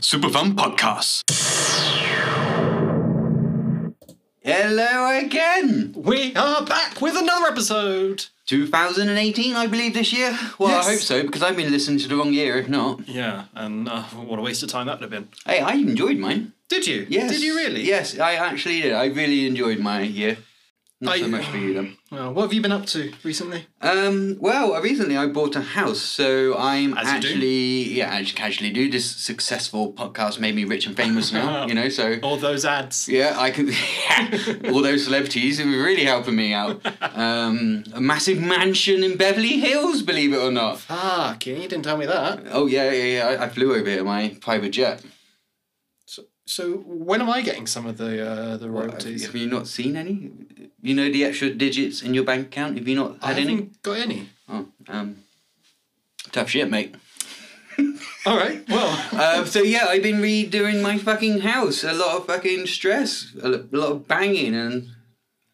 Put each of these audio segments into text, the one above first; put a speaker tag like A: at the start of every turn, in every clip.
A: Superfan Podcast.
B: Hello again!
C: We are back with another episode.
B: 2018, I believe, this year? Well,
C: Yes.
B: I hope so, because I've been listening to the wrong year, if not.
C: Yeah, and uh, what a waste of time that would have been.
B: Hey, I enjoyed mine.
C: Did you?
B: Yes.
C: Did you really?
B: Yes, I actually did. I really enjoyed my year. Not
C: I-
B: so much for you, then.
C: Well, what have you been up to recently?
B: Um, well, recently I bought a house, so I'm
C: As you do.
B: actually, yeah, I just casually do. This successful podcast made me rich and famous now, you know, so.
C: All those ads.
B: Yeah, I can. all those celebrities are really helping me out. Um, a massive mansion in Beverly Hills, believe it or not.
C: Ah, okay, you didn't tell me that.
B: Oh yeah, yeah, yeah. I, I flew over here in my private jet.
C: So, so when am I getting some of the uh, the
B: Have,
C: royalties?
B: have you not seen any? You know the extra digits in your bank account. Have you not
C: I
B: had any?
C: haven't got any.
B: Oh, um, tough shit, mate.
C: All right. Well,
B: Uh, so yeah, I've been redoing my fucking house. A lot of fucking stress, a lo- a lot of banging and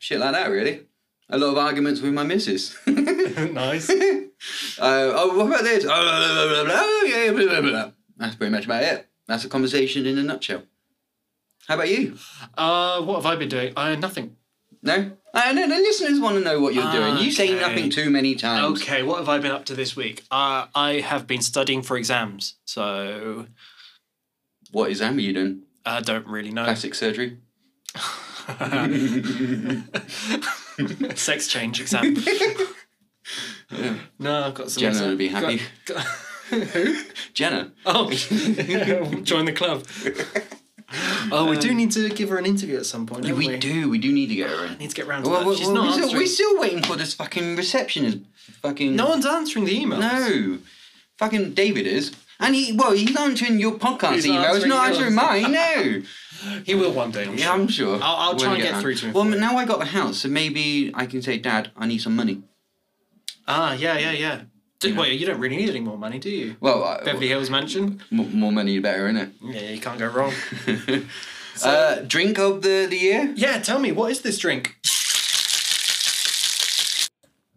B: shit like that. Really, a lot of arguments with my missus.
C: nice.
B: Uh, oh, what about this? Oh, blah, blah, blah, blah, oh, yeah, blah, blah, blah. That's pretty much about it. That's a conversation in a nutshell. How about you?
C: Uh, what have I been doing? I nothing.
B: No? Uh, no, the listeners want to know what you're doing. You say
C: Okay.
B: nothing too many times.
C: Okay, what have I been up to this week? Uh, I have been studying for exams, so
B: What exam are you doing?
C: I don't really know.
B: Plastic surgery?
C: Sex change exam. No, I've got some.
B: Jenna would be happy.
C: Got- Who?
B: Jenna?
C: Oh, join the club. Oh, we
B: Um,
C: do need to give her an interview at some point. don't
B: we do, we do need to get her in.
C: Need to get round to
B: Well,
C: that.
B: well,
C: She's
B: well,
C: not
B: we're, still,
C: answering.
B: we're still waiting for this fucking receptionist. Fucking.
C: No one's answering the email.
B: No. Fucking David is. And he, well, he's answering your podcast
C: He's
B: email. He's not
C: answering
B: answering mine, no.
C: he will one day. I'm
B: Yeah, I'm sure.
C: I'll- I'll try
B: We'll
C: and get
B: around.
C: through to him
B: Well,
C: for you.
B: now I got the house, so maybe I can say, Dad, I need some money.
C: Ah, yeah, yeah, yeah. Do, Well, you don't really need any more money, do you?
B: Well, I,
C: Beverly Hills Mansion.
B: m- more money, the better, innit?
C: Yeah, you can't go wrong.
B: uh, drink of the, the year?
C: yeah, tell me, what is this drink?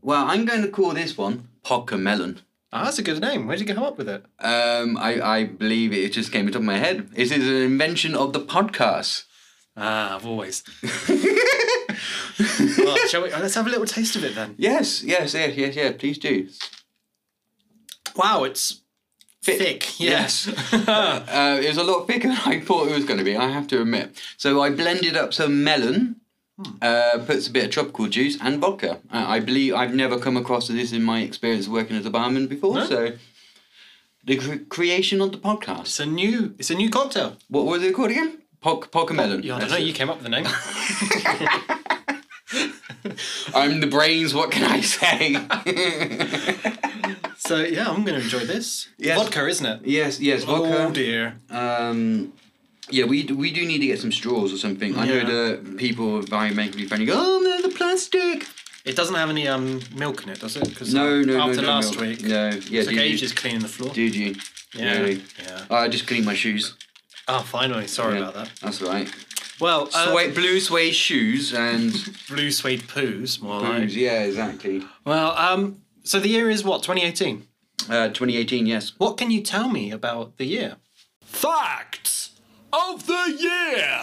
B: Well, I'm going to call this one Podca Melon.
C: Ah, that's a good name. Where did you come up with it?
B: Um, I, I believe it just came to the top of my head. It is an invention of the podcast.
C: Ah, I've always. well, shall we? Let's have a little taste of it then.
B: Yes, yes, yes, yes, yes. Please do.
C: Wow, it's thick. Yes.
B: Uh, it was a lot bigger than I thought it was going to be. I have to admit. So I blended up some melon,
C: Hmm.
B: uh, puts a bit of tropical juice and vodka. Uh, I believe I've never come across this in my experience working as a barman before.
C: No?
B: So the cre- creation of the podcast.
C: it's a new. It's a new cocktail.
B: What was it called again? Poc Poca melon.
C: Yeah, I don't
B: That's
C: know.
B: it.
C: You came up with the name.
B: I'm the brains. What can I say?
C: so yeah, I'm going to enjoy this.
B: Yes.
C: Vodka, isn't it?
B: yes, yes, vodka.
C: Oh dear.
B: Um, yeah, we do, we do need to get some straws or something. I
C: Yeah.
B: know the people environmentally friendly go, oh no, the plastic.
C: It doesn't have any um milk in it, does it? 'Cause
B: No, no, no,
C: After
B: no,
C: last
B: milk.
C: week,
B: No, yeah,
C: it took
B: did you-
C: ages cleaning the floor.
B: Did you?
C: yeah.
B: Really?
C: Yeah.
B: Oh, I just cleaned my shoes.
C: Oh, finally. Sorry
B: Yeah,
C: about that.
B: That's all right.
C: Well, uh,
B: Suede- blue suede shoes and
C: blue suede poos, more like.
B: booze. Yeah, exactly.
C: Well, um, so the year is what 2018.
B: Uh, 2018, yes.
C: What can you tell me about the year? Facts of the year.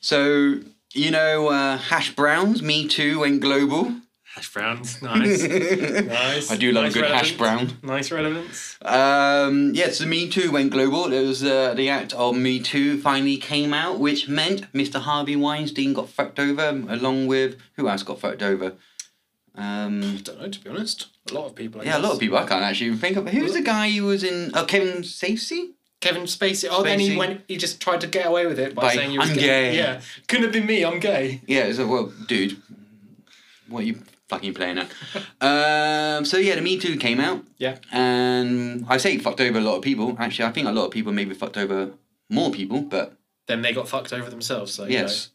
B: So you know, uh, hash browns, me too, went global.
C: Hash browns, nice, nice.
B: I do love a
C: nice
B: good hash
C: relevance.
B: brown.
C: Nice relevance.
B: Um, yeah, so me too went global. It was uh, the act of me too finally came out, which meant Mr. Harvey Weinstein got fucked over, along with who else got fucked over? Um,
C: Don't know, to be honest. A lot of people. I
B: yeah, a lot of
C: guess.
B: people. I can't actually even think of who's the guy who was in. Oh, Kevin Spacey.
C: Kevin Spacey. Oh, then
B: Spacey.
C: he went. He just tried to get away with it by,
B: By,
C: saying he was
B: "I'm gay."
C: Yeah, couldn't have been me. I'm gay.
B: Yeah, so well, dude, what are you fucking playing at? um, so yeah, the Me Too came out,
C: Yeah.
B: and I say it fucked over a lot of people. Actually, I think a lot of people maybe fucked over more people, but
C: Then they got fucked over themselves. So you
B: yes,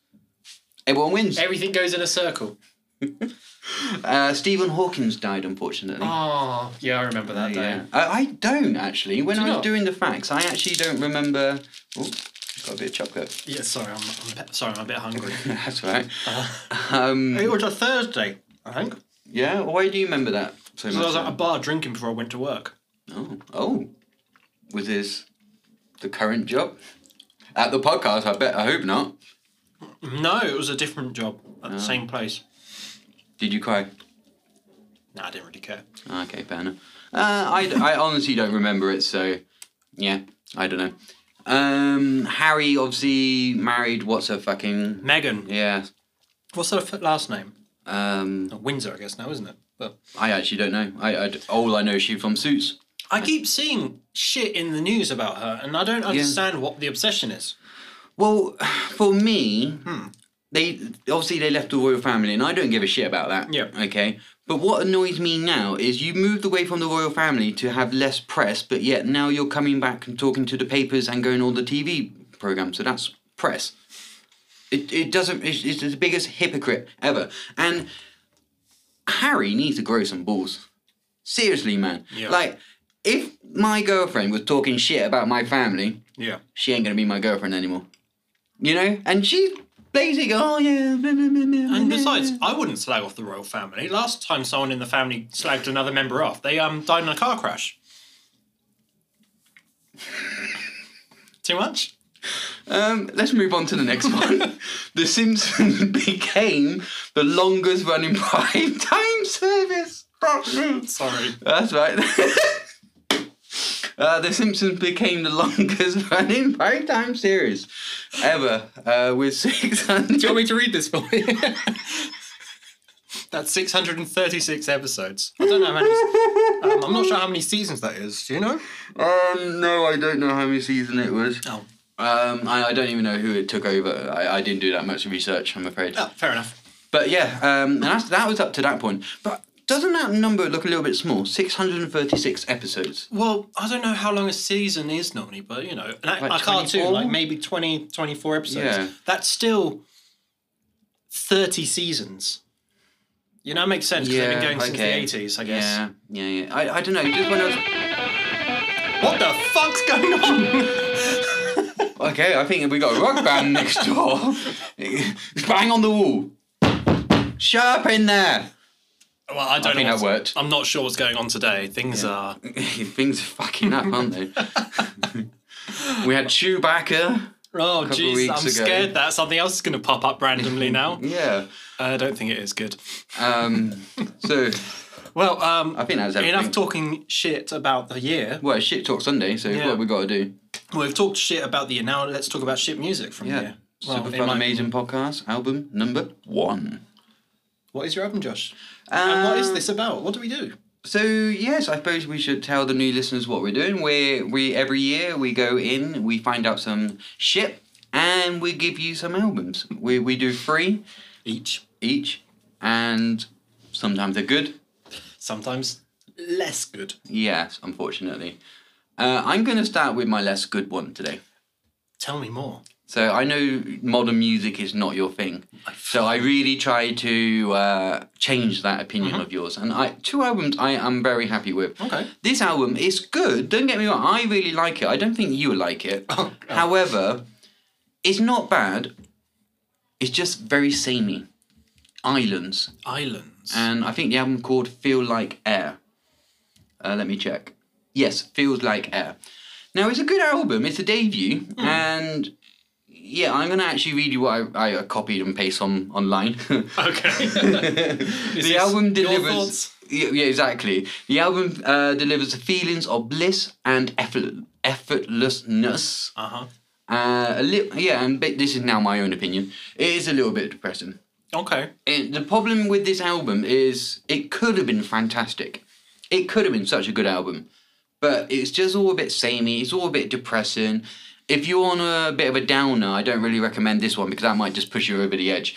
B: everyone wins.
C: know. everything goes in a circle.
B: Uh, Stephen Hawkins died unfortunately. Uh,
C: Oh, yeah, I remember that day.
B: yeah, I, I don't actually. When
C: Do
B: I
C: you
B: was
C: not?
B: doing the facts, I actually don't remember. Oh, got a bit of chocolate.
C: Yeah, sorry, I'm, I'm pe- sorry, I'm a bit hungry. Uh,
B: That's all right. Um,
C: it was a Thursday, I think.
B: yeah, why do you remember that so much?
C: Because I was at a
B: then?
C: bar drinking before I went to work.
B: oh, oh, was this the current job? At the podcast, I bet. I hope not.
C: No, it was a different job
B: Ah.
C: at the same place.
B: Did you cry? Ah,
C: No, I didn't really care.
B: Okay, fair enough. Uh, I, I honestly don't remember it, so yeah, I don't know. Um, Harry obviously married what's her fucking
C: Megan.
B: yeah.
C: What's her f- last name?
B: Um,
C: Oh, Windsor, I guess now, isn't it? But
B: I actually don't know. I, I all I know is she from Suits.
C: I keep seeing shit in the news about her, and I don't understand what the obsession is.
B: Well, for me,
C: Hmm.
B: they obviously they left the royal family, and I don't give a shit about that.
C: Yeah.
B: Okay. But what annoys me now is you moved away from the royal family to have less press, but yet now you're coming back and talking to the papers and going on the TV program. So that's press. It, it doesn't. It's, it's the biggest hypocrite ever. And Harry needs to grow some balls. Seriously, man.
C: Yeah.
B: Like, if my girlfriend was talking shit about my family,
C: Yeah.
B: she ain't gonna be my girlfriend anymore. You know? And she's basically, oh yeah, blah, blah, blah, blah,
C: And
B: blah,
C: besides,
B: blah."
C: I wouldn't slag off the royal family. Last time someone in the family slagged another member off, they um died in a car crash. Too much?
B: Um, let's move on to the next one. the Simpsons became the longest running prime time service.
C: Sorry.
B: That's right. Uh, the Simpsons became the longest running prime time series ever uh, with 600.
C: Do you want me to read this for you? That's 636 episodes. I don't know how many. Um, I'm not sure how many seasons that is. Do you know?
B: Um, no, I don't know how many season it was.
C: Oh,
B: Um, I, I don't even know who it took over. I, I didn't do that much research, I'm afraid.
C: oh fair enough.
B: But yeah, um, and that's, that was up to that point. But doesn't that number look a little bit small? 636 episodes.
C: Well, I don't know how long a season is normally, but you know, like
B: Like
C: a cartoon,
B: 24?
C: like maybe 20, 24 episodes.
B: Yeah.
C: That's still 30 seasons. You know, it makes sense because they've been going
B: okay.
C: since the 80s, I guess.
B: Yeah, yeah, yeah. I, I don't know. Just when I was...
C: What the fuck's going on?
B: Okay, I think we got a rock band next door. Bang on the wall. Shut up in there.
C: well, I don't know.
B: think that
C: what's-
B: worked.
C: I'm not sure what's going on today. Things are.
B: Things are fucking up, aren't they? we had Chewbacca.
C: Oh,
B: of
C: jeez,
B: weeks
C: I'm
B: ago.
C: scared that something else is going to pop up randomly now.
B: Yeah.
C: I don't think it is good.
B: Um, so,
C: Well, um,
B: I think that's everything.
C: enough talking shit about the year.
B: Well, it's shit talk Sunday, so what have we got to do?
C: We've talked shit about the year. Now let's talk about shit music from the
B: Yeah.
C: year.
B: Super
C: in
B: fun,
C: my-
B: amazing podcast album number one. Um,
C: What is your album, Josh? and what is this about? What do we do?
B: So yes, I suppose we should tell the new listeners what we're doing. We we every year we go in, we find out some shit, and we give you some albums. We we do three
C: Each.
B: each, and sometimes they're good.
C: Sometimes less good.
B: Yes, unfortunately. Uh, I'm going to start with my less good one today.
C: Tell me more.
B: So I know modern music is not your thing. So I really try to uh, change that opinion of yours. And I two albums I am very happy with.
C: Mm-hmm. Okay.
B: This album is good. Don't get me wrong. I really like it. I don't think you will like it.
C: Oh, oh.
B: However, it's not bad. It's just very samey. Islands.
C: Islands.
B: And I think the album called Feel Like Air. Uh, let me check. Yes, Feels Like Air. Now, it's a good album. It's a debut. And yeah, I'm going to actually read you what I, I copied and pasted on online.
C: okay.
B: the album delivers. Yeah, yeah, exactly. The album uh, delivers the feelings of bliss and effort, effortlessness.
C: Uh huh.
B: Uh, a little, yeah, and but this is now my own opinion. It is a little bit depressing.
C: Okay.
B: It, the problem with this album is it could have been fantastic. It could have been such a good album, but it's just all a bit samey. It's all a bit depressing. If you're on a bit of a downer, I don't really recommend this one because that might just push you over the edge.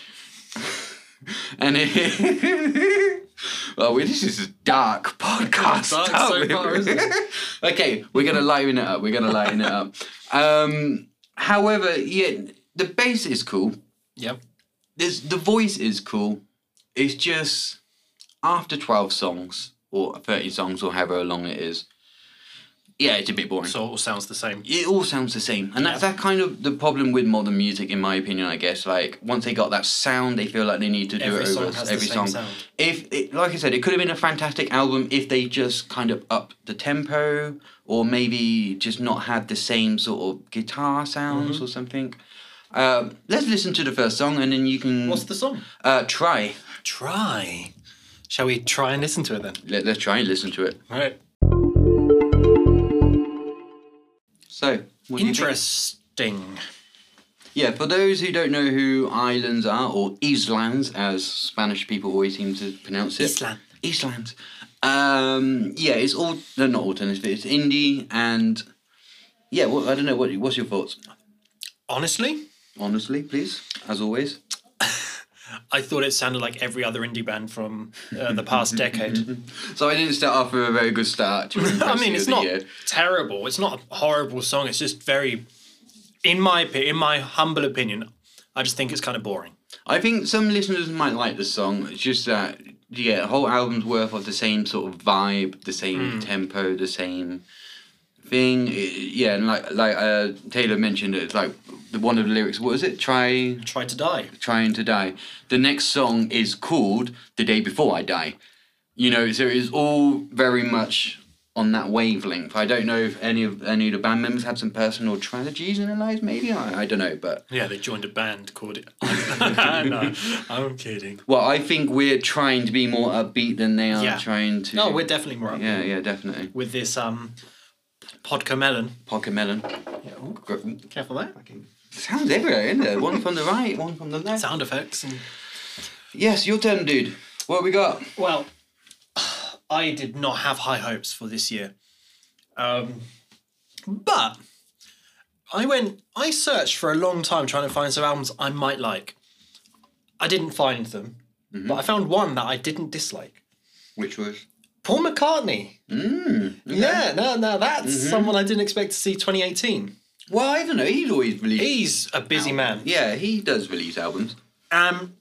B: and it, well, this is a dark podcast.
C: Dark so
B: aren't we?
C: far, isn't it?
B: okay, we're gonna lighten it up. We're gonna lighten it up. Um, however, yeah, the bass is cool
C: Yep.
B: there's the voice is cool. It's just after twelve songs or thirty songs or however long it is, yeah, it's a bit boring.
C: So it all sounds the same.
B: it all sounds the same, and that's that kind of the problem with modern music, in my opinion. I guess like once they got that sound, they feel like they need to do it
C: Every
B: over
C: song has the
B: every
C: same
B: song.
C: sound.
B: If it, like I said, it could have been a fantastic album if they just kind of upped the tempo, or maybe just not had the same sort of guitar sounds
C: Mm-hmm.
B: or something. Um, let's listen to the first song, and then you can
C: What's the song?
B: uh, try.
C: Try. Shall we try and listen to it then?
B: Let, let's try and listen to it.
C: All right.
B: So, what do you think?
C: Interesting.
B: Yeah, for those who don't know who islands are, or islands as Spanish people always seem to pronounce it.
C: Island.
B: Islands. Um, yeah, it's all no, not alternative. It's indie and yeah. Well, I don't know. What what's your thoughts?
C: Honestly,
B: Honestly, please, as always.
C: I thought it sounded like every other indie band from uh, the past decade.
B: So I didn't start off with a very good start. To
C: I
B: impress
C: mean,
B: you
C: it's
B: the
C: not
B: year.
C: terrible. It's not a horrible song. It's just very, in my opinion, in my humble opinion, I just think it's kind of boring.
B: I think some listeners might like the song. It's just that yeah, the whole album's worth of the same sort of vibe, the same tempo, the same thing. It- yeah, and like like uh, Taylor mentioned, it's like the one of the lyrics. What is it? Try
C: Try to die.
B: trying to die. The next song is called "The Day Before I Die." You know, so it's all very much on that wavelength. I don't know if any of any of the band members had some personal tragedies in their lives. Maybe I, I don't know, but
C: Yeah, they joined a band called. no, I'm kidding.
B: Well, I think we're trying to be more upbeat than they are
C: Yeah.
B: trying to.
C: No, we're definitely more up
B: Yeah, yeah, definitely.
C: with this um, podca melon.
B: Pocket melon. Gr-
C: Careful there.
B: Sounds everywhere, isn't there? One from the right, one from the left.
C: Sound effects and
B: Yes, your turn, dude. What we got?
C: Well, I did not have high hopes for this year. Um, but I went, I searched for a long time trying to find some albums I might like. I didn't find them, but I found one that I didn't dislike
B: Which was?
C: Paul McCartney. Yeah, no, no, that's someone I didn't expect to see 2018.
B: Well, I don't know. He's always released.
C: He's a busy man.
B: Yeah, he does release albums.
C: Um,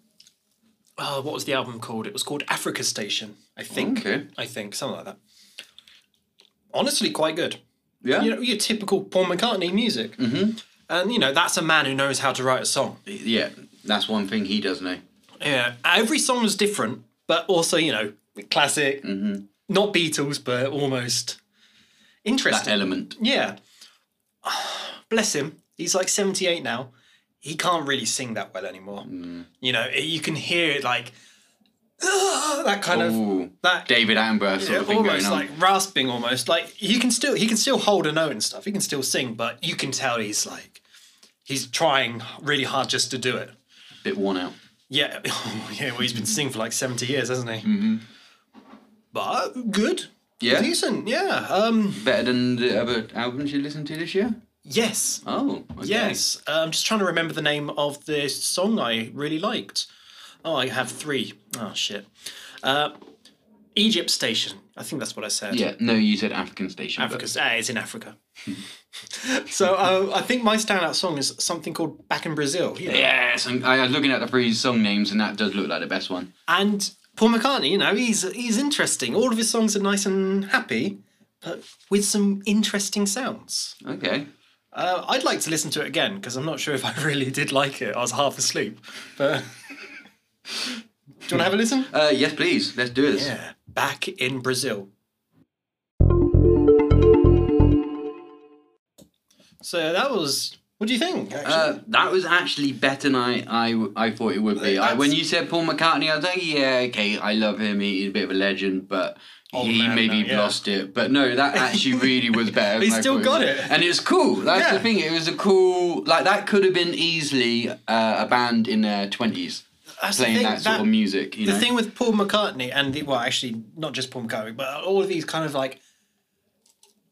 C: oh, what was the album called? It was called Africa Station, I think.
B: Okay.
C: I think, something like that. Honestly, quite good.
B: Yeah.
C: you know, your typical Paul McCartney music. Mm-hmm. And you know, that's a man who knows how to write a song.
B: yeah, that's one thing he does know.
C: Yeah, every song is different, but also you know, classic, not Beatles, but almost
B: That
C: interesting.
B: element.
C: yeah, bless him. He's like seventy-eight now. He can't really sing that well anymore.
B: Mm.
C: You know, it- you can hear it like that kind of
B: Ooh,
C: that
B: David Attenborough sort of thing going
C: almost
B: on.
C: like rasping almost like he can still he can still hold a note and stuff he can still sing but you can tell he's like he's trying really hard just to do it
B: Bit worn out.
C: yeah oh, yeah well he's been singing for like 70 years hasn't he but good
B: Mm-hmm. Yeah?
C: decent yeah um
B: Better than the other albums you listened to this year?
C: yes
B: Oh, okay.
C: yes Uh, i'm just trying to remember the name of the song i really liked oh i have three. Oh shit uh egypt station i think that's what i said
B: Yeah, no, you said African Station. but-
C: Africa. Uh, it's in Africa. so uh, I think my standout song is something called "Back in Brazil." you know.
B: Yes, and I was looking at the three song names, and that does look like the best one.
C: And Paul McCartney, you know, he's he's interesting. All of his songs are nice and happy, but with some interesting sounds.
B: Okay.
C: Uh, I'd like to listen to it again because I'm not sure if I really did like it. I was half asleep. But do you want to have a listen?
B: Uh, yes, please. Let's do this.
C: Yeah, "Back in Brazil." So that was. What do you think? Actually?
B: Uh, that was actually better than I, I, I thought it would be. I, when
C: That's-
B: you said Paul McCartney, I was like, yeah, okay, I love him. he- He's a bit of a legend, but
C: Old
B: he
C: man
B: maybe
C: now, yeah.
B: lost it. But no, that actually really was better.
C: He's
B: than I
C: still
B: thought
C: got
B: was.
C: it.
B: And it's cool. That's the
C: Yeah.
B: thing. It was a cool, like, that could have been easily uh, a band in their 20s
C: That's the
B: playing
C: thing,
B: that sort
C: that-
B: of music. You
C: the
B: know?
C: thing with Paul McCartney and the well, actually not just Paul McCartney, but all of these kind of like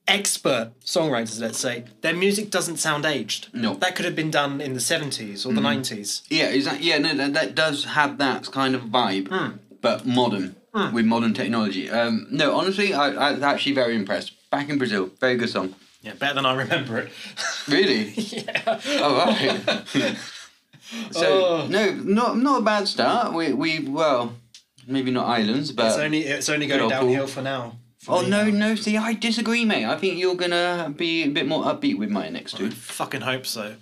C: expert songwriters, let's say, their music doesn't sound aged.
B: No. Mm.
C: that could have been done in the seventies or the nineties.
B: Yeah, exactly. Yeah, no, that, that does have that kind of vibe,
C: Hmm.
B: but modern with modern technology. Um, no, honestly, I, I was actually very impressed. Back in Brazil, very good song.
C: Yeah, better than I remember it.
B: Really?
C: yeah.
B: All right. so
C: Oh.
B: no, not not a bad start. We we well, maybe not islands, but
C: It's only it's only
B: Good
C: going
B: old Paul.
C: downhill for now. for
B: Oh
C: me.
B: no, no. See, I disagree, mate. I think you're gonna be a bit more upbeat with my next two.
C: Fucking hope so.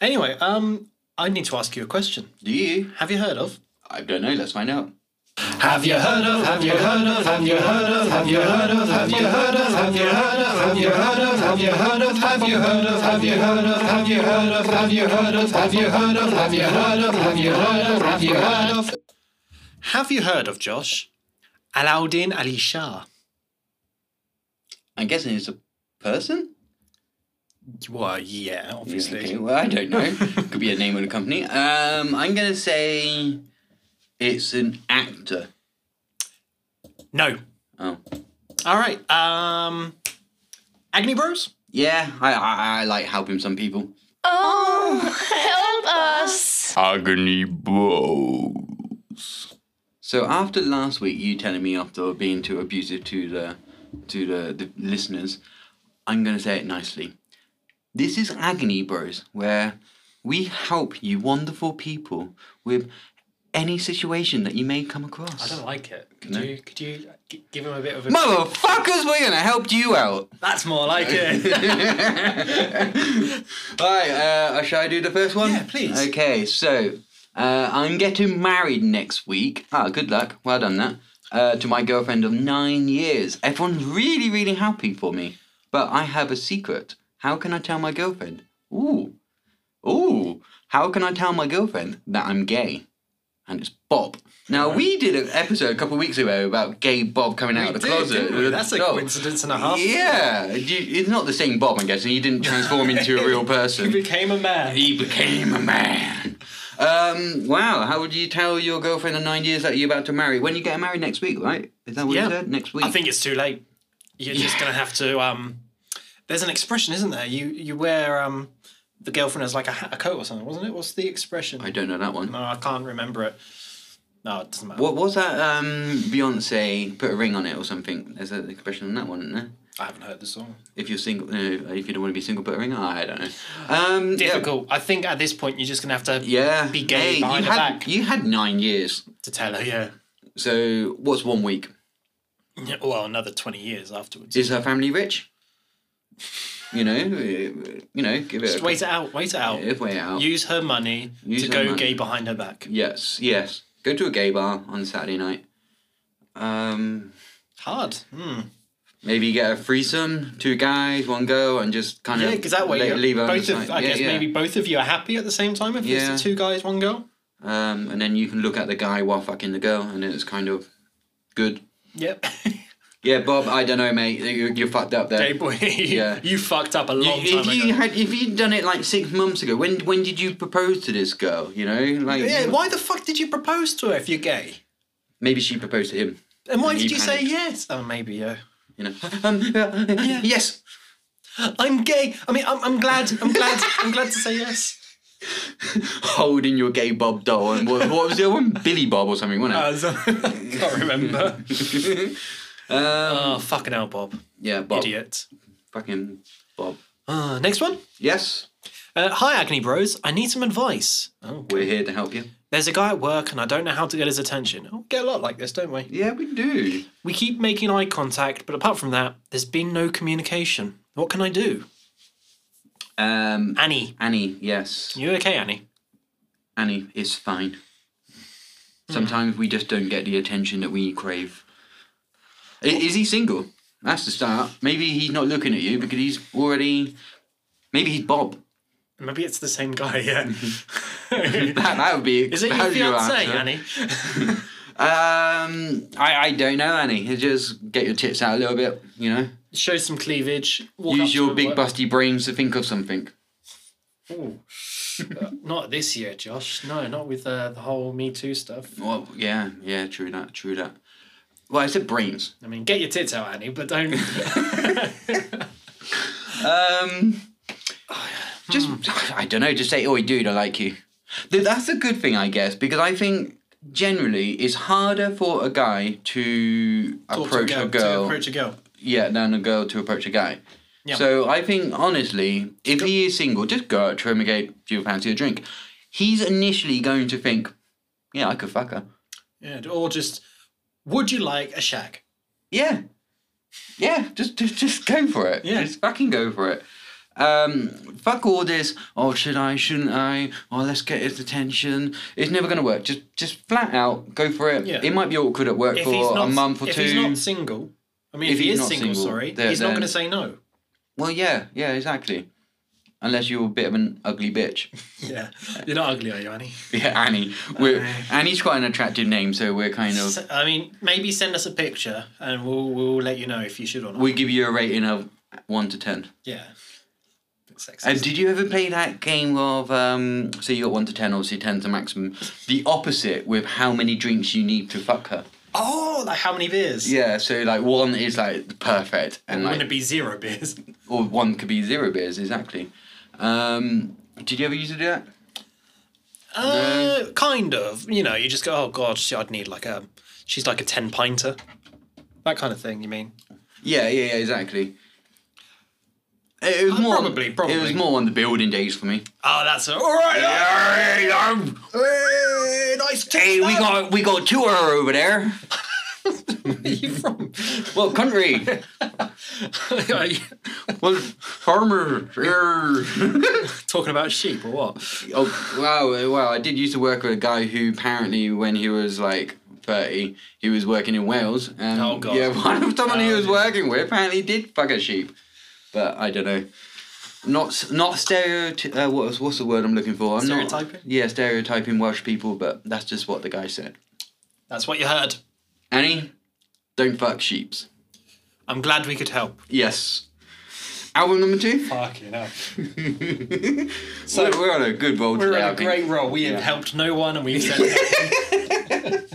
C: Anyway, um, I need to ask you a question.
B: Do you?
C: Have you heard of?
B: I don't know. Let's find out.
C: Have you heard of? Have you heard of? Have you heard of? Have you heard of? Have you heard of? Have you heard of? Have you heard of? Have you heard of? Have you heard of? Have you heard of? Have you heard of? Have you heard of? Have you heard of? Have you heard of? Have you heard of? Have you heard of? Have you heard of Josh? Alauddin Ali Shah.
B: I'm guessing it's a person.
C: Well, yeah,
B: Okay, well, I don't know. Could be a name of a company. Um, I'm gonna say it's an actor.
C: No.
B: Oh,
C: All right. Um, Agni Bros.
B: yeah. I I, I like helping some people.
A: Oh, help us.
B: Agony Bros. So after last week, you telling me after being too abusive to the to the, the listeners, I'm gonna say it nicely. This is Agony Bros, where we help you wonderful people with any situation that you may come across.
C: like it. Could you could you g- give him a bit of a?
B: Motherfuckers, we're gonna help you out.
C: That's more like it.
B: Right, uh, shall I do the first one?
C: Yeah, please.
B: Okay, so uh, I'm getting married next week. Ah, good luck. Well done, that. Uh, to my girlfriend of nine years. Everyone's really, really happy for me. But I have a secret. How can I tell my girlfriend? Ooh. Ooh. How can I tell my girlfriend that I'm gay? And it's Bob. Now, we did an episode a couple of weeks ago about gay Bob coming out of the
C: did,
B: closet.
C: didn't we? That's a
B: Oh.
C: coincidence and a half.
B: Yeah. You- It's not the same Bob, I'm guessing. He didn't transform into a real person.
C: became a man.
B: He became a man. Um, wow, how would you tell your girlfriend of nine years that you're about to marry? When you get married next week, right? Is that what
C: Yeah.
B: you said? Next week.
C: I think it's too late. You're just gonna have to. Um, there's an expression, isn't there? You you wear um, the girlfriend has like a hat, a coat or something, wasn't it? What's the expression?
B: I don't know that one.
C: no, I can't remember it. No, it doesn't matter.
B: What was that? Um, Beyonce put a ring on it or something. There's an expression on that one, isn't there?
C: I haven't heard the song.
B: If you're single, uh, if you don't want to be single, put a ring on. I don't know. Um, yeah.
C: Difficult. I think at this point you're just gonna have to
B: Yeah.
C: Be gay
B: Hey,
C: behind
B: you
C: her
B: had
C: back.
B: you had nine years.
C: to tell her. Yeah.
B: So what's one week?
C: Yeah, Well, another twenty years afterwards.
B: Is her family rich? You know, uh, you know, give it.
C: Just
B: a
C: wait it out. Wait it out.
B: Yeah, wait it out.
C: Use her money
B: Use
C: to
B: her
C: go
B: money.
C: gay behind her back.
B: Yes, yes. Go to a gay bar on Saturday night. Um,
C: Hard. Hmm.
B: maybe get a threesome, two guys, one girl, and just kind of
C: Yeah, because that way
B: le-
C: you're-
B: leave her on the
C: both of
B: side.
C: I
B: Yeah,
C: guess
B: yeah.
C: maybe both of you are happy at the same time if
B: Yeah.
C: it's the two guys, one girl.
B: Um, and then you can look at the guy while fucking the girl, and then it's kind of good.
C: Yep.
B: Yeah, Bob, I don't know, mate. You, you're fucked up there.
C: Gay boy.
B: Yeah.
C: you fucked up a long
B: if
C: time
B: you
C: ago.
B: had, if you'd done it like six months ago, when when did you propose to this girl? You know, like
C: Yeah, why the fuck did you propose to her if you're gay?
B: maybe she proposed to him.
C: And why
B: And
C: did
B: he
C: you say
B: panicked.
C: yes? Oh, maybe, yeah.
B: You know, um, uh, yes,
C: I'm gay. I mean, I'm, I'm glad. I'm glad. I'm glad to say yes.
B: holding your gay Bob doll, and what, what was the other one? Billy Bob or something,
C: Uh,
B: wasn't it?
C: can't remember. oh, fucking hell, Bob.
B: Uh, Yeah, Bob.
C: Idiot.
B: Fucking Bob.
C: Uh, next one.
B: Yes,
C: Uh, hi, Agony Bros. I need some advice. Oh.
B: we're here to help you.
C: There's a guy at work and I don't know how to get his attention. Oh, we get a lot like this, don't we?
B: Yeah, we do.
C: We keep making eye contact, but apart from that, there's been no communication. What can I do?
B: Um,
C: Annie.
B: Annie, yes.
C: You okay, Annie?
B: Annie is fine. Sometimes we just don't get the attention that we crave. I- Is he single? That's the start. Maybe he's not looking at you because he's already. Maybe he's Bob.
C: Maybe it's the same guy, yeah.
B: That, that would be.
C: Is it
B: that
C: your
B: would be
C: fiance,
B: answer.
C: Annie?
B: Um, I, I don't know, Annie. Just get your tits out a little bit, you know.
C: Show some cleavage. walk up
B: Use
C: to
B: your
C: him,
B: big
C: work-
B: busty brains to think of something.
C: Ooh. Uh, not this year, Josh. No, not with uh, the whole Me Too stuff.
B: Well, yeah, yeah, true that, true that. Well, I said brains.
C: I mean, get your tits out, Annie, but don't.
B: Um, just I don't know. Just say, "Oi, dude, I like you." Th- That's a good thing, I guess, because I think generally it's harder for a guy to
C: Talk to
B: approach a
C: To
B: girl,
C: approach a girl.
B: yeah, than a girl to approach a guy.
C: Yeah.
B: So I think honestly, if he is single, just go up to him and go, "Do you fancy a drink?" He's initially going to think, "Yeah, I could fuck her."
C: Yeah, or just, would you like a shag?
B: Yeah. Yeah, just just, just go for it.
C: Yeah.
B: Just fucking go for it. Um, fuck all this. Oh, should I? Shouldn't I? Oh, let's get his attention. It's never gonna work. Just just flat out go for it.
C: Yeah.
B: It might be awkward at work
C: If he's
B: for
C: not,
B: a month or
C: if
B: two.
C: he's not single, I mean, if,
B: If
C: he
B: he's
C: is
B: not
C: single,
B: single,
C: sorry,
B: then-
C: he's not
B: then-
C: going to say no.
B: Well, yeah, yeah, exactly. Unless you're a bit of an ugly bitch.
C: Yeah, you're not ugly, are you, Annie?
B: Yeah, Annie. We're, Annie's quite an attractive name, so we're kind of
C: S- I mean, maybe send us a picture, and we'll we'll let you know if you should or not.
B: we give you a rating of one to ten.
C: yeah, bit sexy.
B: And did you ever play that game of um? So you got one to ten, obviously ten's the maximum. The opposite with how many drinks you need to fuck her.
C: oh, like how many beers?
B: Yeah, so like one is like perfect, and
C: Wouldn't
B: like
C: it be zero beers?
B: or one could be zero beers exactly. Um, did you ever use to do that?
C: Uh, kind of. You know, you just go, oh god, she, I'd need like a, she's like a ten pinter, that kind of thing. You mean?
B: Yeah, yeah, yeah, exactly. It was
C: Uh,
B: more
C: probably, probably.
B: It was more on the building days for me.
C: Oh, that's a, all right. Hey, nice
B: Hey, we got we got two her over there.
C: Where are you from?
B: Well, country. well, farmer.
C: Talking about sheep or what?
B: oh wow! Wow, I did used to work with a guy who apparently, when he was like thirty, he was working in Wales. And
C: Oh, God.
B: Yeah, one of someone he
C: Oh,
B: was
C: dear.
B: working with apparently did fuck a sheep, but I don't know. Not s- not stereotype. Uh, what's what's the word I'm looking for? I'm not-
C: Stereotyping?
B: yeah, stereotyping Welsh people, but that's just what the guy said.
C: That's what you heard.
B: Annie, don't fuck sheeps.
C: I'm glad we could help.
B: Yes. Album number two.
C: Fucking hell.
B: So we're, we're on a good roll
C: We're
B: today.
C: in
B: I
C: a
B: think.
C: great role. We have helped no one and we've said nothing.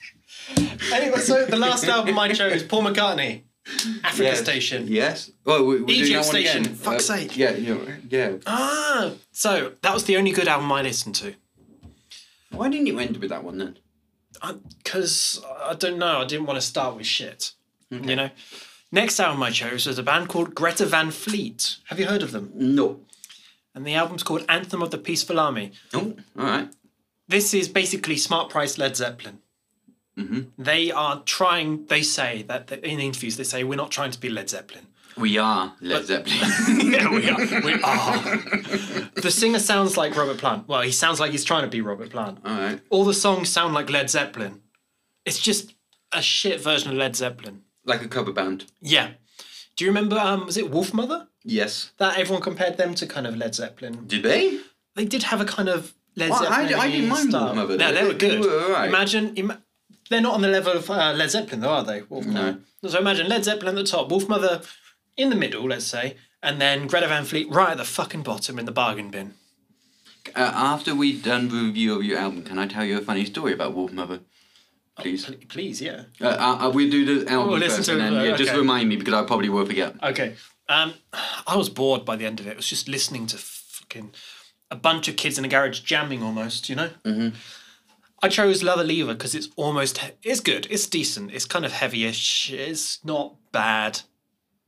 C: anyway, so the last album I chose, Paul McCartney, Africa
B: Yes.
C: Station.
B: Yes. Well, we, we're doing
C: Egypt
B: that one
C: Station,
B: again. Uh,
C: fuck's sake.
B: Yeah, yeah, yeah.
C: Ah, so that was the only good album I listened to.
B: Why didn't you end with that one then?
C: Because I don't know, I didn't want to start with shit. You know? Next album I chose was a band called Greta Van Fleet. Have you heard of them?
B: No.
C: And the album's called Anthem of the Peaceful Army.
B: Oh, all right.
C: this is basically smart price led zeppelin Mm-hmm. they are trying they say that that in interviews they say we're not trying to be led zeppelin
B: We are Led Zeppelin.
C: yeah we are we are the singer sounds like robert plant well he sounds like he's trying to be robert plant
B: all right.
C: all the songs sound like led zeppelin it's just a shit version of led zeppelin
B: Like a cover band.
C: yeah do you remember um was it wolf mother
B: Yes.
C: that everyone compared them to kind of led zeppelin
B: Did they?
C: they did have a kind of Led
B: Well, I- I
C: Zeppelin.
B: didn't mind
C: style.
B: Wolf Mother.
C: No, they
B: They-
C: were
B: they
C: good.
B: were alright.
C: Imagine, im- they're not on the level of uh, Led Zeppelin, though, are they? Wolf Mother. So imagine Led Zeppelin at the top, Wolf Mother in the middle, let's say, and then Greta Van Fleet right at the fucking bottom in the bargain bin.
B: Uh, after we've done the review of your album, can I tell you a funny story about Wolf Mother? Please.
C: Pl- Please, yeah.
B: Uh, uh, uh, we'll do the album
C: We'll listen
B: first,
C: to
B: and then
C: it, uh,
B: yeah, just
C: okay.
B: remind me because I probably will forget.
C: Okay. Um, I was bored by the end of it. It was just listening to fucking a bunch of kids in a garage jamming almost, you know? Mm-hmm. I chose Love a Lever because it's almost, he- it's good, it's decent, it's kind of heavyish, it's not bad.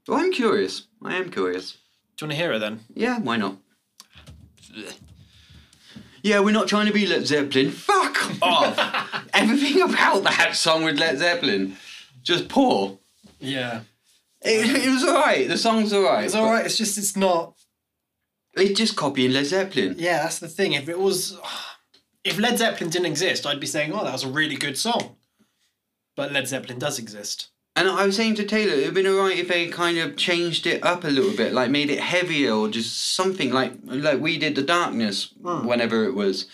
B: Well, I'm curious. I am curious.
C: Do you want to hear it then?
B: Yeah, why not? Yeah, we're not trying to be Led Zeppelin. Fuck off! Everything about that song with Led Zeppelin, just poor.
C: Yeah.
B: It, it was alright. The song's alright.
C: It's all right. It's just it's not.
B: It's just copying Led Zeppelin.
C: Yeah, that's the thing. If it was, if Led Zeppelin didn't exist, I'd be saying, "Oh, that was a really good song." But Led Zeppelin does exist.
B: And I was saying to Taylor, it'd been alright if they kind of changed it up a little bit, like made it heavier or just something like like we did the Darkness, whenever it was.